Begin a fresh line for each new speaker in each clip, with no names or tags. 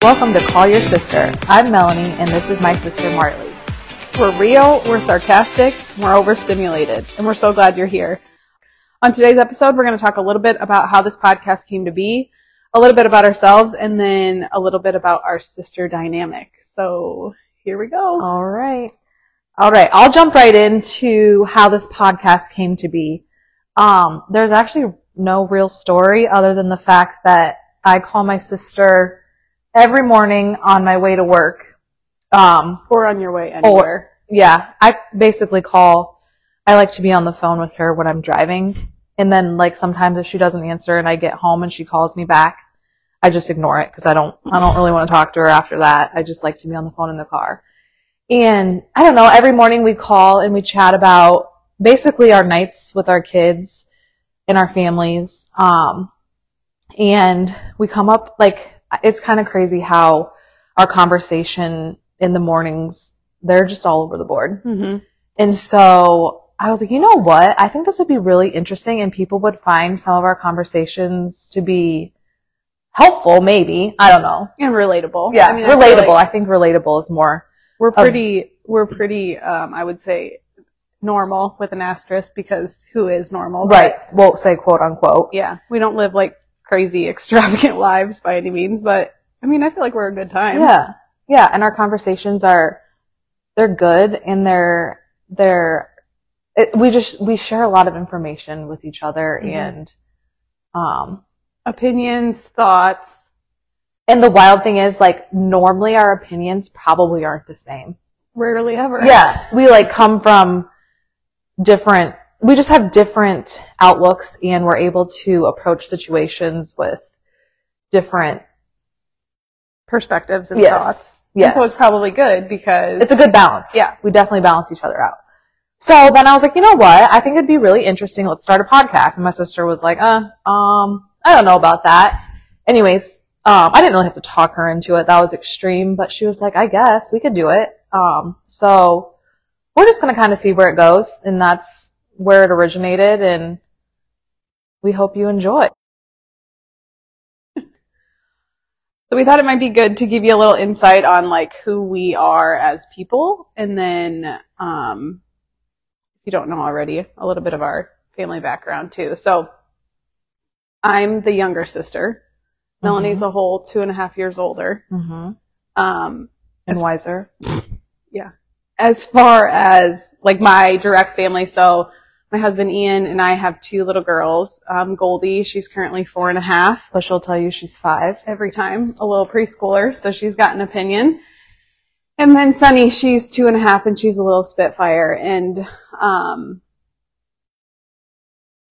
Welcome to Call Your Sister. I'm Melanie, and this is my sister Marley.
We're real, we're sarcastic, we're overstimulated, and we're so glad you're here. On today's episode, we're going to talk a little bit about how this podcast came to be, a little bit about ourselves, and then a little bit about our sister dynamic. So here we go.
All right. All right. I'll jump right into how this podcast came to be. Um, there's actually no real story other than the fact that I call my sister every morning on my way to work. Um,
Or on your way anywhere.
yeah, I basically call, I like to be on the phone with her when I'm driving. And then like sometimes if she doesn't answer and I get home and she calls me back, I just ignore it because I don't, I don't really want to talk to her after that. I just like to be on the phone in the car. And I don't know, every morning we call and we chat about basically our nights with our kids and our families. Um, and we come up like, it's kind of crazy how our conversation in the mornings, they're just all over the board.
Mm-hmm.
And so I was like, you know what? I think this would be really interesting and people would find some of our conversations to be helpful, maybe. I don't know.
And relatable.
Yeah,
I mean, I feel
relatable.
like
I think relatable is more.
we're pretty, we're pretty, um, I would say normal with an asterisk because who is normal? but
Right. Well, say quote unquote.
yeah, we don't live like crazy extravagant lives by any means, but I mean, I feel like we're a good time.
Yeah. Yeah. And our conversations are, they're good and they're, they're, it, we just, we share a lot of information with each other
Mhm.
and, um,
Opinions, thoughts.
and the wild thing is like normally our opinions probably aren't the same.
Rarely ever.
Yeah, we like come from different. We just have different outlooks, and we're able to approach situations with different.
Perspectives and
Yes.
thoughts.
Yes,
And so it's probably good because
it's a good balance.
Yeah.
we definitely balance each other out. So then I was like, you know what? I think it'd be really interesting. Let's start a podcast. And my sister was like, uh, um, I don't know about that. Anyways, um, I didn't really have to talk her into it. That was extreme, but she was like, I guess we could do it. Um, so we're just going to kind of see where it goes. And that's where it originated. And we hope you enjoy.
so we thought it might be good to give you a little insight on like who we are as people and then um if you don't know already, a little bit of our family background too. So I'm the younger sister.
Mm-hmm.
Melanie's a whole two and a half years older.
hmm
Um,
and wiser.
as far as like my direct family, so my husband Ian and I have two little girls. Um, Goldie, she's currently four and a half.
But she'll tell you she's five.
Every time, a little preschooler, so she's got an opinion. And then Sunny, she's two and a half, and she's a little spitfire. And um,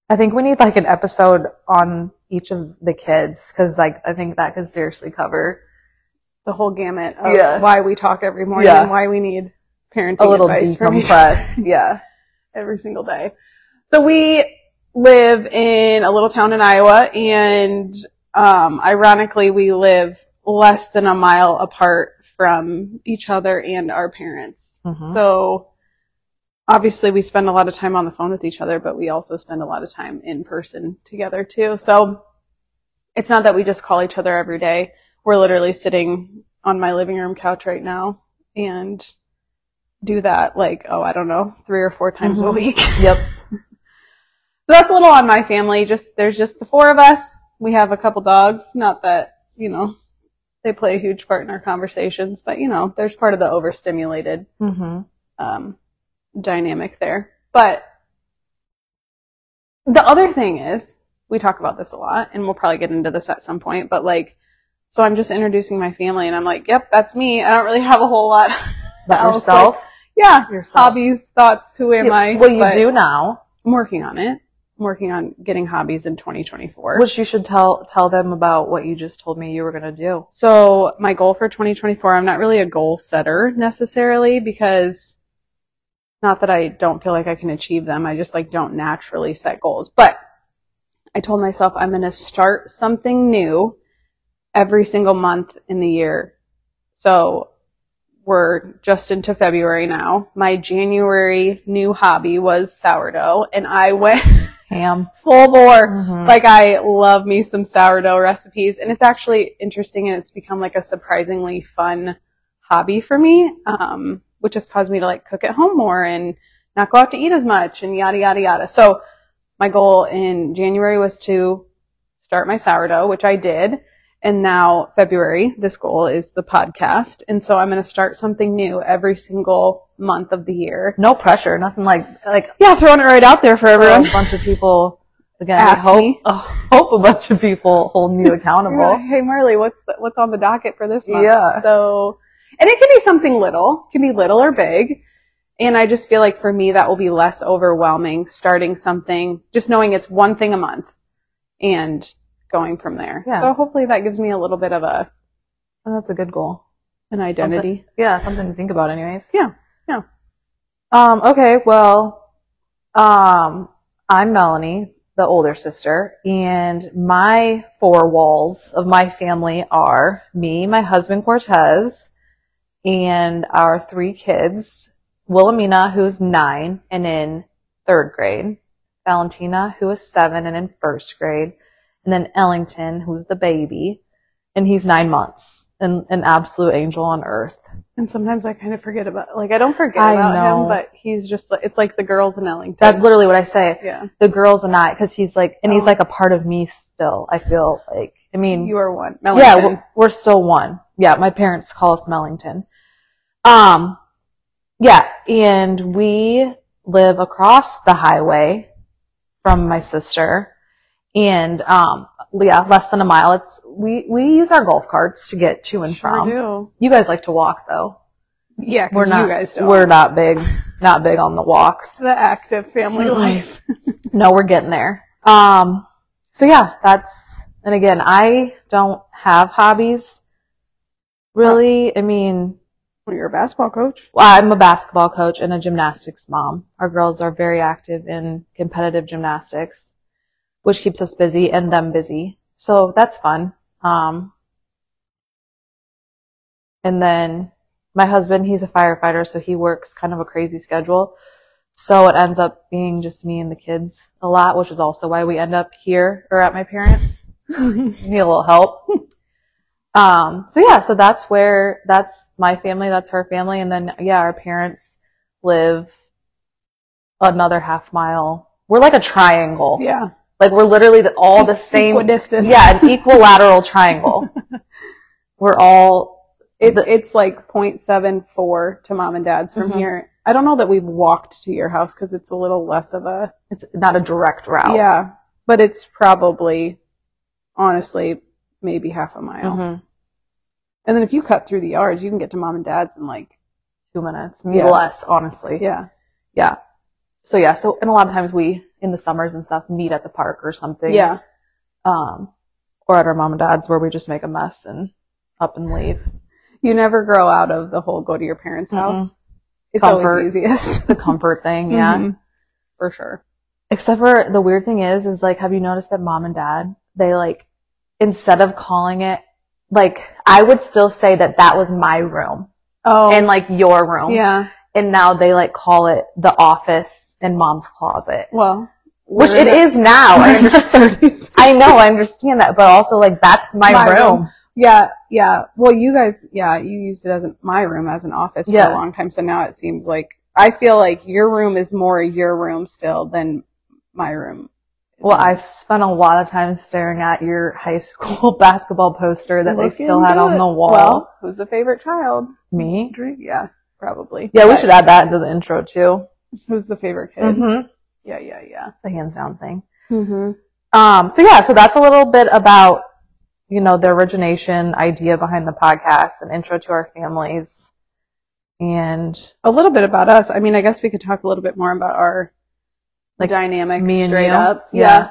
I think we need like an episode on each of the kids because like I think that could seriously cover
the whole gamut of
Yeah.
why we talk every morning
Yeah.
and why we need parenting
a little
advice from each
decompress. yeah.
every single day. So we live in a little town in Iowa, and um, ironically, we live less than a mile apart from each other and our parents.
Mhm.
So obviously, we spend a lot of time on the phone with each other, but we also spend a lot of time in person together too. So it's not that we just call each other every day. We're literally sitting on my living room couch right now and do that like, oh, I don't know, three or four times a
Mhm.
week.
Yep.
So that's a little on my family. Just there's just the four of us. We have a couple dogs. Not that you know they play a huge part in our conversations, but you know there's part of the overstimulated
hmm
um, dynamic there. But the other thing is, we talk about this a lot, and we'll probably get into this at some point. But like, so I'm just introducing my family, and I'm like, yep, that's me. I don't really have a whole lot.
But
I was
yourself,
yeah,
yourself.
hobbies, thoughts. Who am
You-
I?
Well, you
But
do now,
I'm working on it. I'm working on getting hobbies in 2024.
which you should tell tell them about what you just told me you were gonna do.
So my goal for 2024, I'm not really a goal setter necessarily because not that I don't feel like I can achieve them. I just like don't naturally set goals, but I told myself I'm going to start something new every single month in the year. So we're just into February now. My January new hobby was sourdough, and I went
ham.
full bore.
Mhm.
Like I love me some sourdough recipes, and it's actually interesting, and it's become like a surprisingly fun hobby for me, um, which has caused me to like cook at home more and not go out to eat as much, and yada yada yada. So my goal in January was to start my sourdough, which I did. And now February, this goal is the podcast. And so I'm going to start something new every single month of the year.
no pressure, nothing like like
Yeah, throwing it right out there for
a
everyone.
bunch of people. Again, I
Ask
hope,
me.
I hope a bunch of people holding you
Yeah,
accountable.
Hey Marley, what's the, what's on the docket for this month?
Yeah.
So, and it can be something little, it can be little or big. And I just feel like for me that will be less overwhelming starting something, just knowing it's one thing a month and going from there.
Yeah.
So hopefully that gives me a little bit of a
And that's a good goal.
an identity.
Yeah, something to think about, anyways.
Yeah, yeah.
Um. Okay. Well, um, I'm Melanie, the older sister, and my four walls of my family are me, my husband Cortez, and our three kids: Wilhelmina, who's nine and in third grade, Valentina, who is seven and in first grade, and then Ellington, who's the baby, and he's nine months, and an absolute angel on earth.
And sometimes I kind of forget about like I don't forget
I
about
know.
him, but he's just like it's like the girls in Ellington.
That's literally what I say.
yeah.
The girls and I, because he's like, and he's
Oh.
like a part of me still. I feel like, I mean,
You are one.
yeah,
Ellington.
we're, we're still one. Yeah, my parents call us Mellington. Um, yeah, and we live across the highway from my sister, and um, yeah, less than a mile. It's we we use our golf carts to get to and
Sure
from.
do.
You guys like to walk though.
Yeah, 'cause
We're not.
you guys don't.
We're not big. Not big on the walks.
the active family
Mm-mm.
life.
No, we're getting there. Um, so yeah, that's, and again, I don't have hobbies really. I mean,
Well, you're a basketball coach.
well, I'm a basketball coach and a gymnastics mom. Our girls are very active in competitive gymnastics, which keeps us busy and them busy. So that's fun. Um, and then my husband, he's a firefighter, so he works kind of a crazy schedule. So it ends up being just me and the kids a lot, which is also why we end up here or at my parents. Need a little help. Um, so yeah, so that's where that's my family, that's her family, and then yeah, our parents live another half mile. We're like a triangle.
yeah.
Like we're literally the- all the same.
distance.
Yeah, an equilateral triangle. We're all
It, it's like 0.74 to mom and dad's from
Mhm.
here. I don't know that we've walked to your house because it's a little less of a.
it's not a direct route.
Yeah. But it's probably, honestly, maybe half a mile.
Mhm.
And then if you cut through the yards, you can get to mom and dad's in like,
Two minutes, maybe
Yeah.
less, honestly.
yeah.
Yeah. So yeah, so and a lot of times we in the summers and stuff meet at the park or something.
Yeah.
Um or at our mom and dad's where we just make a mess and up and leave.
You never grow out of the whole go to your parents'
Mm-mm.
house. It's
Mm-hmm. Comfort.
always easiest.
The comfort thing, yeah.
Mhm. For sure.
Except for the weird thing is, is like, have you noticed that mom and dad, they like, instead of calling it, like, I would still say that that was my room
Oh.
and like your room.
yeah.
And now they like call it the office and mom's closet,
Well,
which
we're
it
in a-
is now. I
we're in our
understand-
30s.
I know, I understand that, but also like, that's my,
My
room.
room. Yeah, yeah. Well, you guys, yeah, you used it as an, my room as an office for
Yeah.
a long time. So now it seems like I feel like your room is more your room still than my room.
Well, I spent a lot of time staring at your high school basketball poster that they
Looking
still had on
good.
the wall.
Well, who's the favorite child?
Me?
Dream- Yeah, probably.
Yeah, we
But
should add that into the intro too.
Who's the favorite kid?
Mm-hmm.
Yeah, yeah, yeah.
It's a hands down thing.
Mm-hmm.
Um, so yeah, so that's a little bit about, you know, the origination idea behind the podcast and intro to our families. And
A little bit about us. I mean, I guess we could talk a little bit more about our
Like,
dynamic
me and
straight
you?
up.
Yeah.
yeah.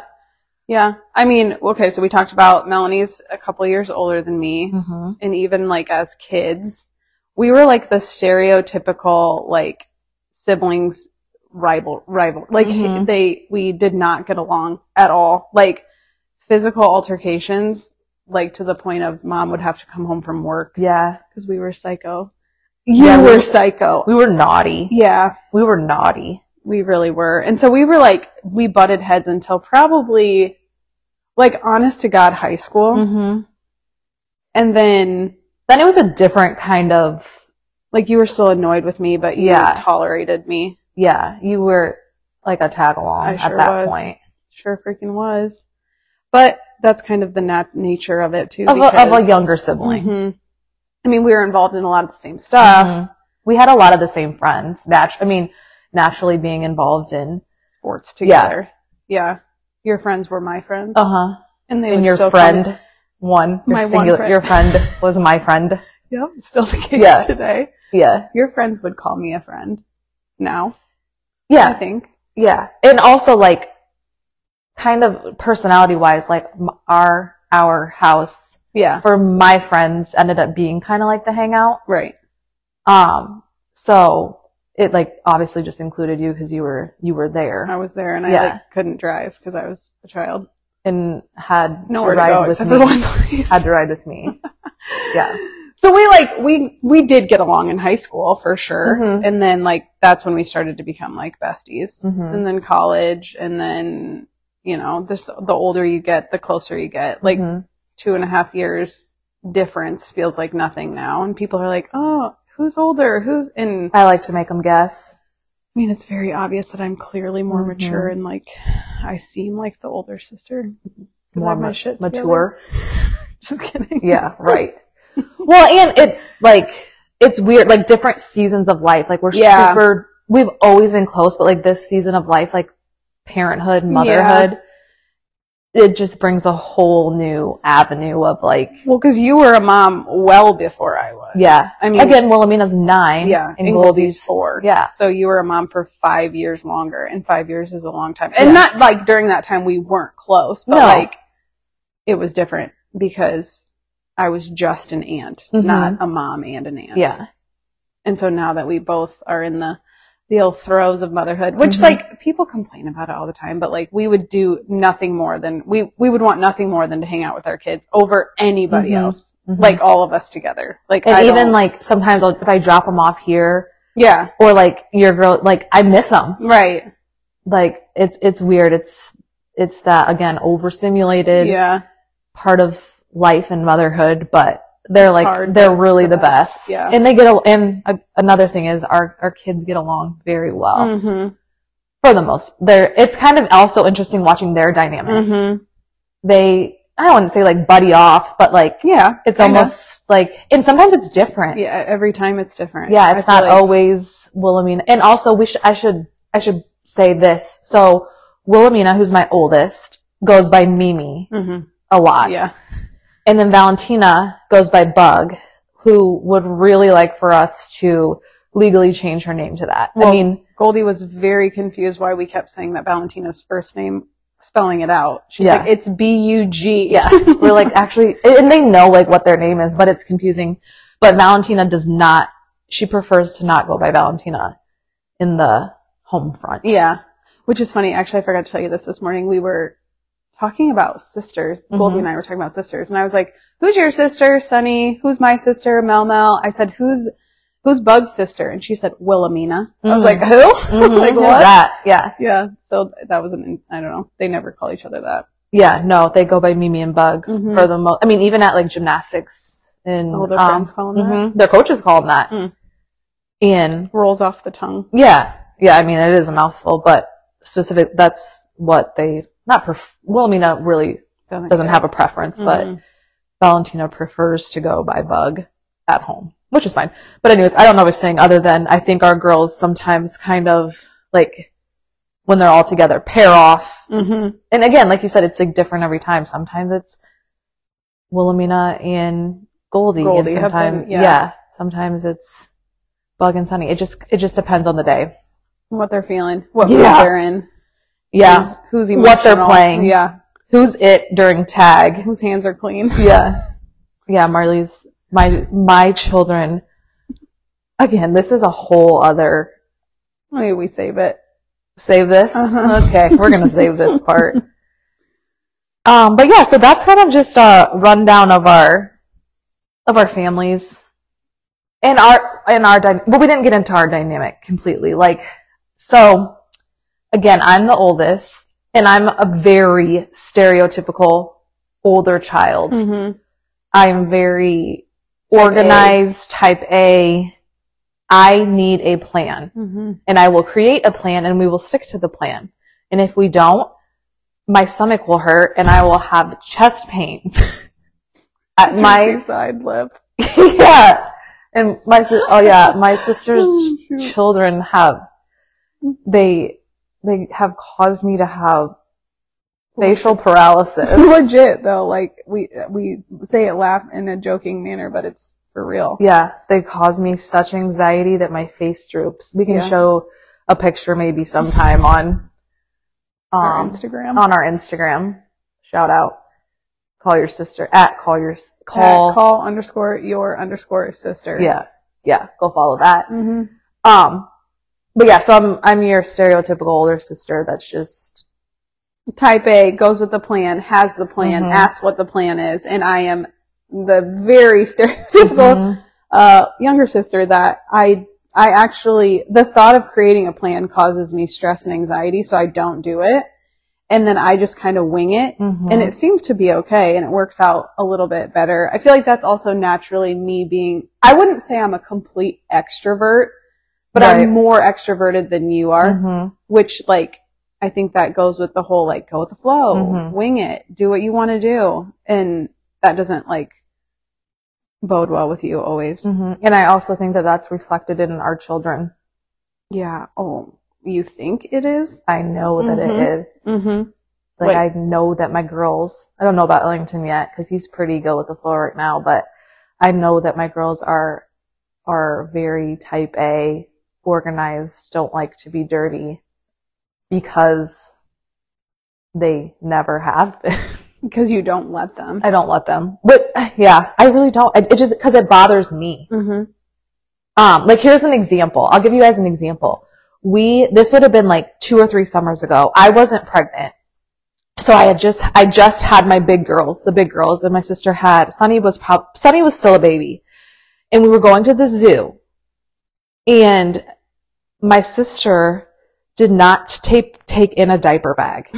Yeah. I mean, okay, so we talked about Melanie's a couple years older than me.
Mhm.
and even like as kids, we were like the stereotypical like siblings rival rival. Like
Mhm.
they we did not get along at all. Like physical altercations, like to the point of mom would have to come home from work
yeah,
because we were psycho. You
Yeah, we-
were psycho.
We were naughty.
yeah,
We were naughty.
we really were. And so we were like, we butted heads until probably, like, honest to God, high school.
Mm-hmm.
And then,
Then it was a different kind of,
like, you were still annoyed with me, but you
Yeah.
tolerated me.
yeah, you were like a tag along
I
at
sure
that
was.
point.
Sure freaking was. But that's kind of the nat- nature of it, too.
Of a, of a
because-
younger sibling.
Mhm. I mean, we were involved in a lot of the same stuff.
Mhm. We had a lot of the same friends. Natu- I mean, naturally being involved in,
sports
Yeah.
together. Yeah. Your friends were my friends.
uh huh,
and they
and
would
your
still
friend
Call me,
one, your
My one
singular,
friend.
your friend was my friend.
yep, still the case
Yeah.
today.
Yeah,
Your friends would call me a friend now, I
yeah,
think.
yeah, and also like, kind of personality wise, like m- our our house
Yeah.
for my friends ended up being kind of like the hangout.
Right.
Um, so it like obviously just included you because you were you were there
I was there and I
Yeah.
like, couldn't drive because I was a child.
and had to
Nowhere to go
ride with
except for one
me.
place.
Had to ride with me. yeah.
So we like we we did get along in high school for sure,
Mhm.
and then like that's when we started to become like besties,
Mhm.
and then college, and then you know this the older you get, the closer you get. Like
Mhm.
two and a half years difference feels like nothing now. And people are like, oh, who's older? Who's and I
I like to make them guess.
mean, it's very obvious that I'm clearly more
Mhm.
mature and like I seem like the older sister. 'Cause I
More
have my
ma-
shit together.
mature.
Just kidding.
Yeah, right. well, and it like it's weird. Like different seasons of life. Like we're
Yeah.
super. We've always been close, but like this season of life, like parenthood, motherhood, it just brings a whole new avenue of like.
Well, because you were a mom well before I was.
Yeah.
I mean,
Again, Wilhelmina's nine.
yeah,
and
and
Goldie's
Goldie's four.
yeah.
So you were a mom for five years longer, and five years is a long time. And
Yeah.
not like during that time we weren't close, but
No.
like it was different because I was just an aunt,
Mhm.
not a mom and an aunt.
Yeah.
And so now that we both are in the the ill throes of motherhood, which
Mhm.
like people complain about it all the time, but like we would do nothing more than we we would want nothing more than to hang out with our kids over anybody
Mhm.
else,
Mhm.
like all of us together. Like
and
I
even
don't-
like sometimes I'll, if I drop them off here
yeah,
or like your girl, like I miss them.
right,
like it's it's weird. It's it's that again overstimulated
yeah,
part of life and motherhood, but they're like
hard,
they're
but it's
really
the
the
best.
best.
Yeah.
And they get al- and a, another thing is our our kids get along very well
hmm
for the most. They're it's kind of also interesting watching their dynamic.
hmm
They I wouldn't say like buddy off, but like
yeah.
it's
kinda.
almost like and sometimes it's different.
yeah. e-, Every time it's different.
Yeah, it's
I
not
feel like-
always Wilhelmina. And also, we sh- I should I should say this. So Wilhelmina, who's my oldest, goes by Mimi
Mhm.
a lot.
Yeah,
And then Valentina goes by Bug, who would really like for us to legally change her name to that. I
Well-
mean,
Goldie was very confused why we kept saying that Valentina's first name, spelling it out. She's
Yeah.
like, it's B U G.
yeah, we're like actually, and they know like what their name is, but it's confusing. But Valentina does not. She prefers to not go by Valentina in the home front.
Yeah. Which is funny. Actually, I forgot to tell you this this morning. We were talking about sisters. Goldie
Mhm.
and I were talking about sisters. And I was like, who's your sister, Sunny? Who's my sister, Mel Mel? I said, who's, who's Bug's sister? And she said, Wilhelmina. I was
Mhm.
like, who?
Mhm,
Mm-hmm. Like,
who's
what?
that? Yeah.
Yeah. So that was an, I don't know. They never call each other that.
Yeah, no, they go by Mimi and Bug
Mhm.
for the most. I mean, even at like gymnastics and
All their
um,
friends call them that.
mhm, their coaches call them that.
Mm.
And
Rolls off the tongue.
yeah, yeah, I mean, it is a mouthful, but specific. That's what they not. Pref- Wilhelmina really doesn't
care.
have a preference, but
Mhm.
Valentina prefers to go by Bug at home, which is fine. But anyways, I don't know what I was saying other than I think our girls sometimes kind of like when they're all together pair off
Mhm.
and again, like you said, it's like different every time. Sometimes it's Wilhelmina and Goldie,
Goldie
and
have been-
sometimes
yeah.
yeah. sometimes it's Bug and Sunny. It just it just depends on the day.
What they're feeling, what mood
Yeah.
they're in,
Yeah,
who's, who's emotional,
What they're playing.
yeah,
who's it during tag?
whose hands are clean.
Yeah, yeah. Marley's my my children. Again, this is a whole other
Maybe we save it.
save this.
Uh-huh.
Okay, we're gonna save this part. Um, but yeah, so that's kind of just a rundown of our of our families. in our in our dy- well, we didn't get into our dynamic completely. Like so, again, I'm the oldest, and I'm a very stereotypical older child.
Mm-hmm.
I'm very
A.
organized, type A. I need a plan
Mm-hmm.
and I will create a plan and we will stick to the plan. And if we don't, my stomach will hurt and I will have chest pains. At my,
side lip.
yeah. And my, si- oh yeah, my sister's
Oh, shoot.
children have, they, they have caused me to have facial paralysis.
Legit though, like we we say it laugh in a joking manner, but it's for real.
Yeah, they cause me such anxiety that my face droops. We can
Yeah.
show a picture maybe sometime on
Our
um,
Instagram.
on our Instagram. Shout out, call your sister at call your s-
call,
call.
call underscore your underscore sister.
Yeah, yeah, go follow that.
hmm
Um, but yeah, so I'm I'm your stereotypical older sister. That's just
Type A goes with the plan, has the plan,
Mhm.
asks what the plan is, and I am the very stereotypical
Mhm.
uh, younger sister that I I actually the thought of creating a plan causes me stress and anxiety, so I don't do it, and then I just kind of wing it,
Mhm.
and it seems to be okay, and it works out a little bit better. I feel like that's also naturally me being. I wouldn't say I'm a complete extrovert, but
Right.
I'm more extroverted than you are,
Mhm.
which like. I think that goes with the whole like go with the flow,
Mhm.
wing it, do what you want to do, and that doesn't like bode well with you always.
Mhm. And I also think that that's reflected in our children.
Yeah. Oh, you think it is?
I know that it
Mhm.
is.
Mm-hmm.
Like
Like-
I know that my girls, I don't know about Ellington yet because he's pretty go with the flow right now, but I know that my girls are are very type A, organized, don't like to be dirty because they never have been.
Because you don't let them.
I don't let them. But yeah, I really don't. It it just because it bothers me.
Mm-hmm.
Um, like here's an example. I'll give you guys an example. We, this would have been like two or three summers ago. I wasn't pregnant. So I had just, I just had my big girls, the big girls, and my sister had, Sunny was prob, Sunny was still a baby. And we were going to the zoo. And my sister did not take, take in a diaper bag.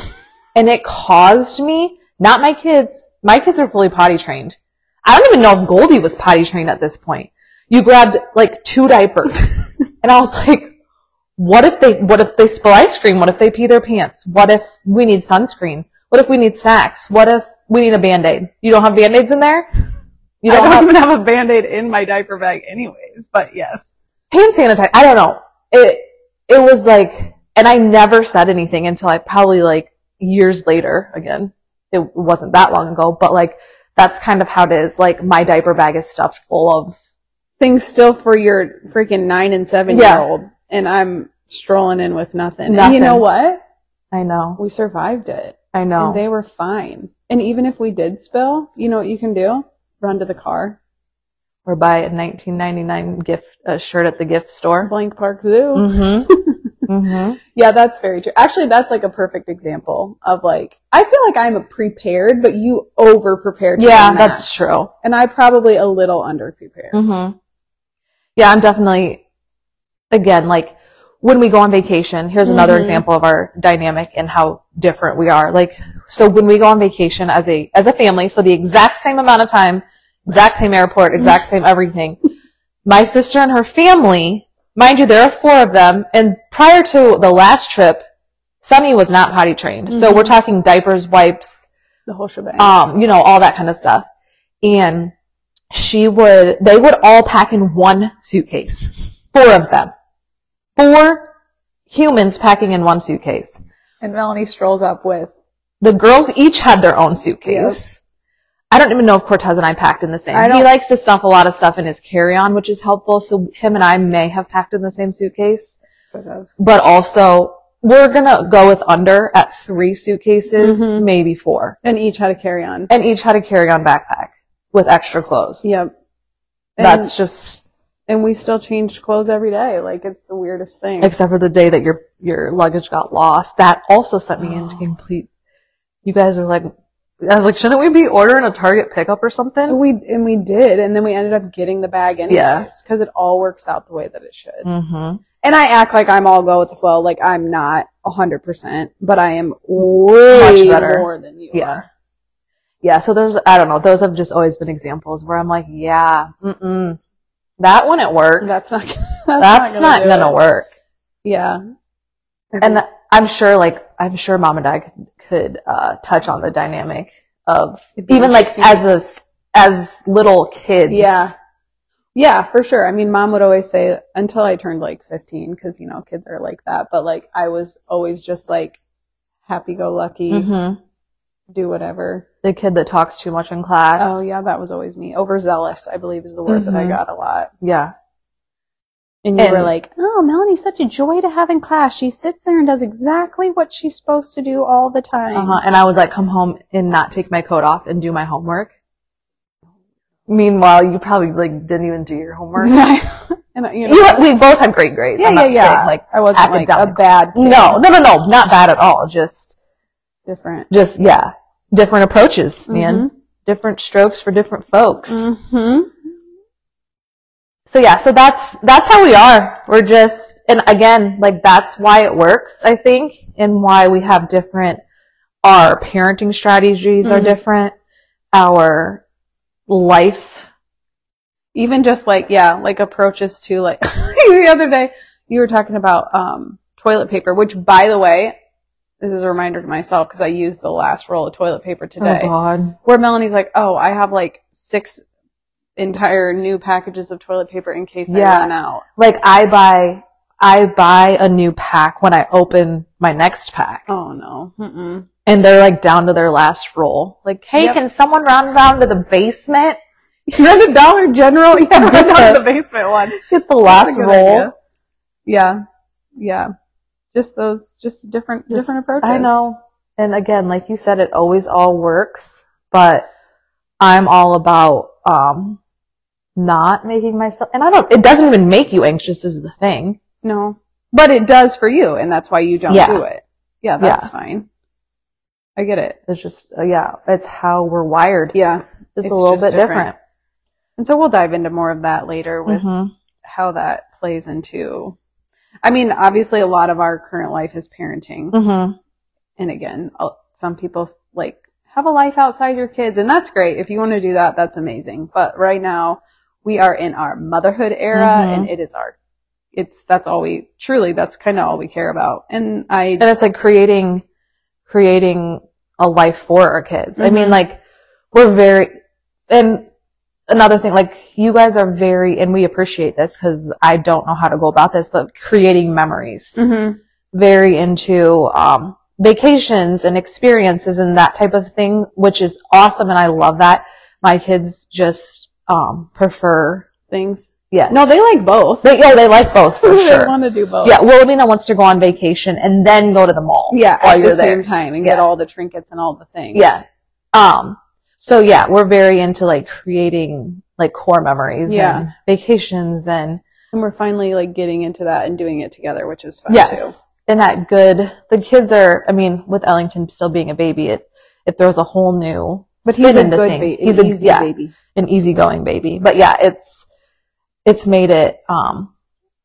And it caused me, not my kids, my kids are fully potty trained. I don't even know if Goldie was potty trained at this point. You grabbed like two diapers. and I was like, what if they, what if they spill ice cream? What if they pee their pants? What if we need sunscreen? What if we need snacks? What if we need a band-aid? You don't have band-aids in there? You
I
don't
don't
have
even have a band-aid in my diaper bag anyways, but yes.
hand sanitizer. I don't know. It it was like, and I never said anything until I probably like years later. Again, it wasn't that long ago, but like that's kind of how it is. Like my diaper bag is stuffed full of
Things still for your freaking nine and seven year old. And I'm strolling in with nothing. And you
Nothing.
know what?
I know,
We survived it.
I know.
And they were fine. And even if we did spill, you know what you can do? Run to the car.
or buy a 1999 gift a shirt at the gift store.
Blank Park Zoo.
Mm-hmm. mm-hmm.
Yeah, that's very true. Actually, that's like a perfect example of like, I feel like I'm prepared, but you over prepared.
Yeah, that's true.
And I probably a little under prepared.
Mm-hmm. Yeah, I'm definitely, again, like when we go on vacation, here's another
Mhm.
example of our dynamic and how different we are. Like, so when we go on vacation as a, as a family, so the exact same amount of time, exact same airport, exact same everything. My sister and her family, mind you, there are four of them, and prior to the last trip, Sunny was not potty trained. So
Mhm.
we're talking diapers, wipes,
The whole shebang.
um, you know, all that kind of stuff. And she would, they would all pack in one suitcase. Four of them. Four humans packing in one suitcase.
and Melanie strolls up with,
The girls each had their own suitcase. I don't even know if Cortez and I packed in the same.
I
He
don't-
likes to stuff a lot of stuff in his carry-on, which is helpful. So him and I may have packed in the same suitcase, but also we're gonna go with under at three suitcases,
Mhm.
maybe four.
and each had a carry on.
and each had a carry-on backpack with extra clothes.
Yep. And,
That's just
and we still change clothes every day. Like it's the weirdest thing.
except for the day that your your luggage got lost. That also sent me into
Oh.
complete. You guys are like, I was like, shouldn't we be ordering a Target pickup or something?
We and we did, and then we ended up getting the bag anyways
Yeah.
because it all works out the way that it should.
Mm-hmm.
And I act like I'm all go with the flow, like I'm not hundred percent, but I am way
Much better.
more than you
Yeah.
are.
Yeah. So those, I don't know. Those have just always been examples where I'm like, yeah, mm-mm. that wouldn't work.
That's not. That's,
That's not
do
gonna,
it.
work.
Yeah.
And th- I'm sure, like, I'm sure mom and dad could, could uh, touch on the dynamic of
It'd be
even like
interesting.
as a s as little kids.
Yeah. Yeah, for sure. I mean, mom would always say until I turned like 15, because, you know, kids are like that. But like, I was always just like happy go lucky,
hmm
do whatever.
The kid that talks too much in class.
Oh, yeah, that was always me. Overzealous, I believe, is the word that I
Mhm.
got a lot.
yeah.
And you were
And-
like, oh, Melanie's such a joy to have in class. She sits there and does exactly what she's supposed to do all the time.
Uh-huh. And I would like come home and not take my coat off and do my homework. Meanwhile, you probably like didn't even do your homework.
and, I- you know,
You- we both had great grades.
yeah,
I'm
yeah,
not
yeah.
saying, like
I wasn't like a
academic.
bad kid.
no, no, no, no, not bad at all. Just,
Different.
just yeah, different approaches, man.
Mhm.
Different strokes for different folks.
Mm-hmm.
So yeah, so that's that's how we are. We're just and again, like that's why it works, I think, and why we have different our parenting strategies are
Mhm.
different. Our life oh
even just like yeah like approaches to like the other day you were talking about um toilet paper which by the way this is a reminder to myself because i used the last roll of toilet paper today
Oh god.
where melanie's like oh i have like six entire new packages of toilet paper in case
Yeah.
i run out
Like I buy I buy a new pack when I open my next pack.
oh no Mm-mm.
And they're like down to their last roll. Like, hey,
Yep.
can someone round down to the basement? You're the Dollar General. Yeah,
Run
get
out
the,
of the basement one
get the
That's
last
a good
roll.
idea. yeah yeah just those just different
Just-
different approaches
I know. And again, like you said, it always all works, but I'm all about um not making myself and I don't it doesn't even make you anxious is the thing.
No. But it does for you, and that's why you don't
Yeah.
do it. Yeah, that's fine. I get it.
It's just uh, yeah, it's how we're wired.
Yeah.
Just
it's
a little
just
bit different.
different And so we'll dive into more of that later with
Mhm.
how that plays into. I mean, obviously, a lot of our current life is parenting.
Mhm.
And again, uh, some people s- like have a life outside your kids, and that's great. If you want to do that, that's amazing. But right now, we are in our motherhood era,
Mhm.
and it is our, it's, that's all we, truly, that's kind of all we care about. And I
And it's like creating creating a life for our kids. I mean
Mhm.
like we're very and another thing like you guys are very and we appreciate this cuz I don't know how to go about this, but creating memories.
Mhm.
very into um, vacations and experiences and that type of thing, which is awesome, and I love that. My kids just um, prefer,
things.
yes.
No, they like both.
they, yeah, they like both for
They
sure.
want to do both.
Yeah, Wilhelmina wants to go on vacation and then go to the mall.
Yeah,
while
at
you're
the
there.
same time and get
Yeah.
all the trinkets and all the things.
Yeah. Um. So yeah, we're very into like creating like core memories
Yeah.
and vacations and
And we're finally like getting into that and doing it together, which is fun too.
And that good, the kids are, I mean, with Ellington still being a baby, it, it throws a whole new
But he's
spin
a
into
good
thing.
baby.
He's a,
easy
yeah,
baby.
an easygoing baby. But yeah, it's, it's made it, um,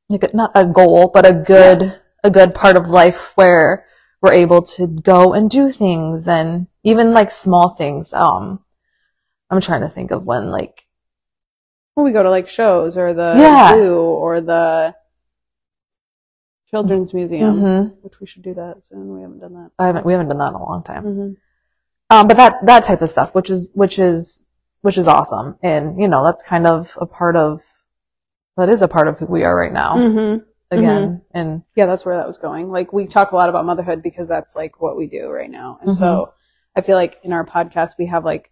like a, not a goal, but a good, a good part of life where we're able to go and do things and even like small things. Um, I'm trying to think of when like,
When we go to like shows or the
Yeah.
zoo or the children's museum,
mhm.
which we should do that soon. We haven't done that.
I haven't, we haven't done that in a long time.
Mm-hmm.
um, but that that type of stuff, which is which is which is awesome, and you know that's kind of a part of that is a part of who we are right now
Mm-hmm.
again, and
Yeah, that's where that was going. Like we talk a lot about motherhood because that's like what we do right now. And so I feel like in our podcast we have like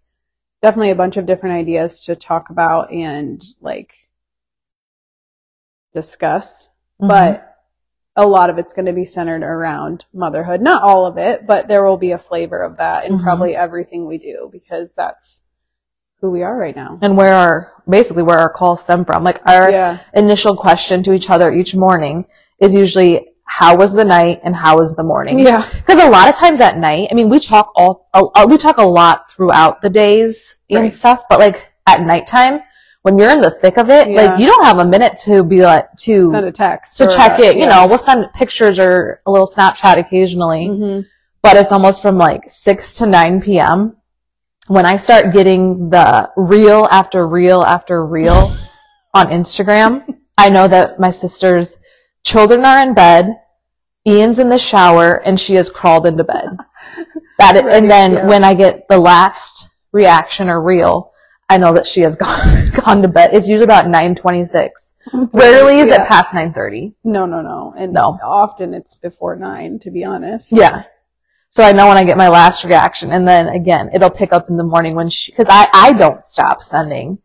definitely a bunch of different ideas to talk about and like discuss.
Mm-hmm.
But a lot of it's going to be centered around motherhood. Not all of it, but there will be a flavor of that in
Mhm.
probably everything we do because that's who we are right now.
and where our basically where our calls stem from, like our
Yeah.
initial question to each other each morning is usually how was the night and how was the morning.
Yeah.
Because a lot of times at night, I mean, we talk all, a, a- we talk a lot throughout the days
Right.
and stuff, but like at nighttime, when you're in the thick of it,
Yeah.
like you don't have a minute to be like, to,
Send a text.
to
or
check
a-
it. You
yeah.
know, we'll send pictures or a little Snapchat occasionally,
Mhm.
but it's almost from like 6 to 9 p.m. When I start getting the reel after reel after reel on Instagram, I know that my sister's children are in bed, Ian's in the shower, and she has crawled into bed. That it,
Right,
and then
yeah.
when I get the last reaction or reel, I know that she has gone gone to bed. It's usually about 9:26. Rarely is
Yeah.
it past 9:30.
No, no, no. And
No.
often it's before nine, to be honest.
Yeah. So I know when I get my last reaction, and then again, it'll pick up in the morning when she, because I I don't stop sending.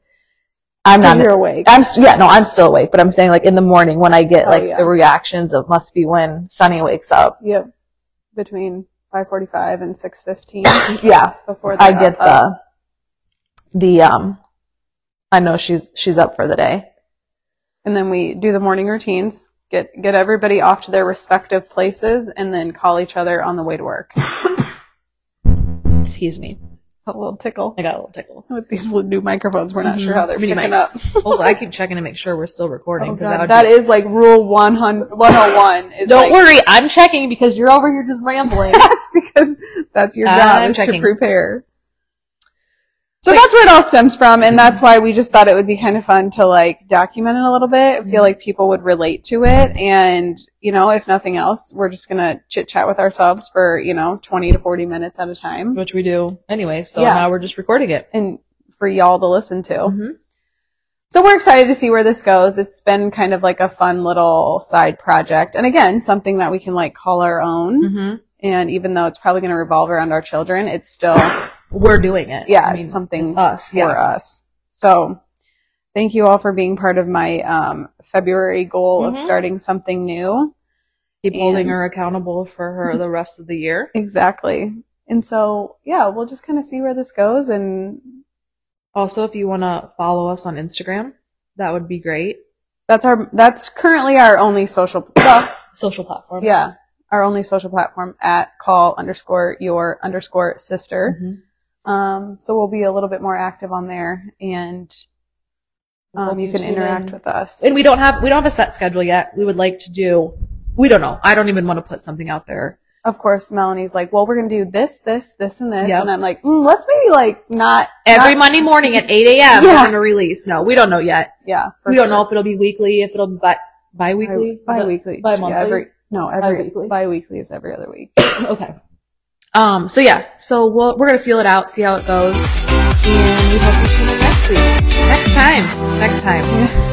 I'm
Because
not.
you're awake.
I'm st- yeah no I'm still awake, but I'm saying like in the morning when I get
Oh,
like
yeah.
the reactions of must be when Sunny wakes up.
Yep. Between 5:45 and 6:15
Yeah,
before
I
they're
get
up.
the the um. I know she's she's up for the day.
and then we do the morning routines. Get get everybody off to their respective places, and then call each other on the way to work.
Excuse me,
A little tickle
I got a little tickle.
with these little new microphones. We're not sure how they're picking up.
Hold on, I keep checking to make sure we're still recording.
Oh,
'cause
God.
would
That
be-
is like rule 100, 101. Is
Don't
like-
worry, I'm checking because you're over here just rambling.
That's because that's your job
I'm
is to
checking.
prepare. So that's where it all stems from, and that's why we just thought it would be kind of fun to like document it a little bit.
Mm-hmm.
I feel like people would relate to it, and you know, if nothing else, we're just gonna chit chat with ourselves for you know twenty to forty minutes at a time,
which we do anyway. So
Yeah.
now we're just recording it.
and for y'all to listen to. So we're excited to see where this goes. It's been kind of like a fun little side project, and again, something that we can like call our own.
Mm-hmm.
And even though it's probably going to revolve around our children, it's still
We're doing it.
yeah,
I mean,
it's something
us.
for
Yeah.
us. So thank you all for being part of my um, February goal of
Mhm.
starting something new.
Keep holding
And- Mm-hmm.
her accountable for her the rest of the year.
Exactly. And so, yeah, we'll just kind of see where this goes. And
Also, if you want to follow us on Instagram, that would be great.
that's our, that's currently our only social, well,
Social platform.
yeah, our only social platform at call underscore your underscore sister.
Mhm.
Um, so we'll be a little bit more active on there and um,
Hope
you can
tune
interact
in.
with us.
And we don't have we don't have a set schedule yet. We would like to do. We don't know. I don't even want to put something out there.
of course, Melanie's like, well, we're going to do this, this, this, and this.
Yep.
And I'm like, mm, let's maybe like not
Every
not-
Monday morning at 8 a.m.
Yeah.
we're gonna release. No, we don't know yet.
Yeah. for
we don't
sure.
know if it'll be weekly, if it'll be bi- bi-weekly,
Bi- Bi-weekly.
Bi-monthly?
Yeah, every, no, every,
Bi-weekly?
bi-weekly is every other week.
Okay. Um, so yeah, so we'll, we're gonna feel it out, see how it goes, and we hope you tune in next week. Next time. Next time.